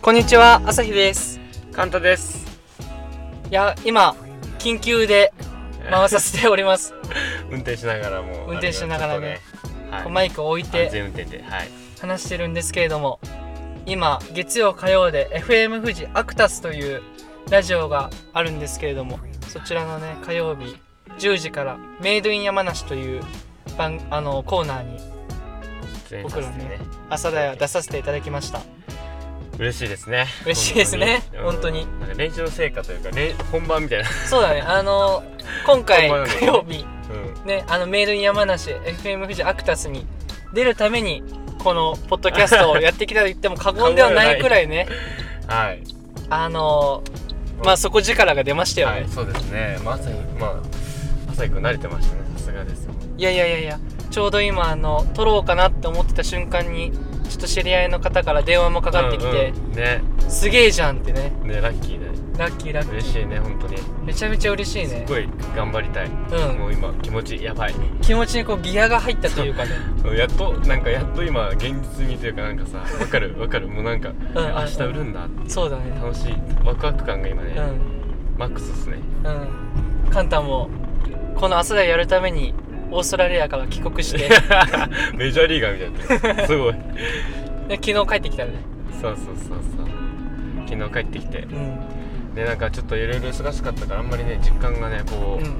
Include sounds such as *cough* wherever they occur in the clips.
こんにちは、朝日です。カンタです。いや、今、緊急で回させております。運転しながらも。運転しながらねあの。マちょっイクを置い *laughs* とはい。て安全運転で。はい。話してるんですけれども、今、月曜火曜で FM 富士アクタスというラジオがあるんですけれども、そちらのね、火曜日10時からメイドイン山梨という番あのコーナーに全員僕らねさせてね。朝だよ出させていただきました。嬉しいですね。嬉しいですね本当にうんなんか練習の成果というか、れん本番みたいな。 *laughs* そうだね、あの、今回こんばんは火曜日、うん。ね、あのメールに山梨 FM 富士アクタスに出るためにこのポッドキャスト *laughs* をやってきたと言っても過言ではないくらいねはい。あのーまあ底力が出ましたよね、はい。い、そうですね。まあ、朝日、まあ、朝日くん慣れてましたね。さすがですよ。やいやいやいやちょうど今あの撮ろうかなって思ってた瞬間にちょっと知り合いの方から電話もかかってきて、うんうんね。すげえじゃんってねね、ラッキーで。ラッキーラッキー嬉しいね、本当に。すめちゃめちゃ嬉しいねごい頑張りたい。うんもう今、気持ちやばい。気持ちにこうギアが入ったというかねやっとなんかやっと今現実味というかなんかさわかるわかるもうなんかうん明日売るんだってそうだね楽しいワクワク感が今ね、うんマックスですねうんカンタもこの朝でやるためにオーストラリアから帰国して *laughs* メジャーリーガーみたいな *laughs* すごいで昨日帰ってきたねそうそうそうそう昨日帰ってきてうんでなんかちょっといろいろ忙しかったからあんまりね実感がねこうんうん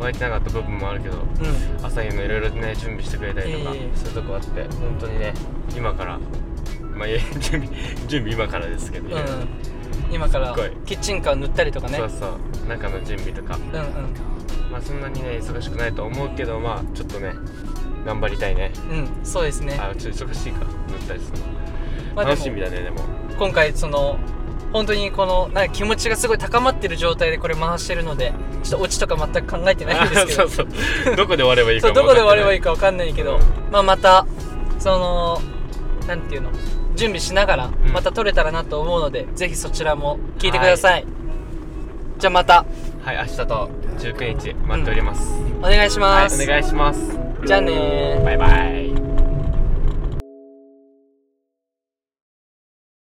う湧いてなかった部分もあるけどうん朝日もいろいろね準備してくれたりとかいえいえそういうとこあって本当にね今からまあいえ *laughs* 準備準備今からですけど、ういろいろん今からすっごいキッチンカー塗ったりとかねそうそう中の準備とかうんまあそんなにね忙しくないと思うけどまあちょっとね頑張りたいねうんうんそうですねあちょっと忙しいか塗ったりするの、まあでも楽しみだねでも今回その本当にこのなんか気持ちがすごい高まってる状態でこれ回してるのでちょっとオチとか全く考えてないんですけあど *laughs* そうそうどこで終わればいいかそうもどこで終わればいいかかわかんないけど、うまあまたそのなんていうの準備しながらんまた撮れたらなと思うので、ぜひそちらも聞いてください、じゃあまたはい明日と19日待っております、お願いしはいます、お願いしますじゃあねーバイバイ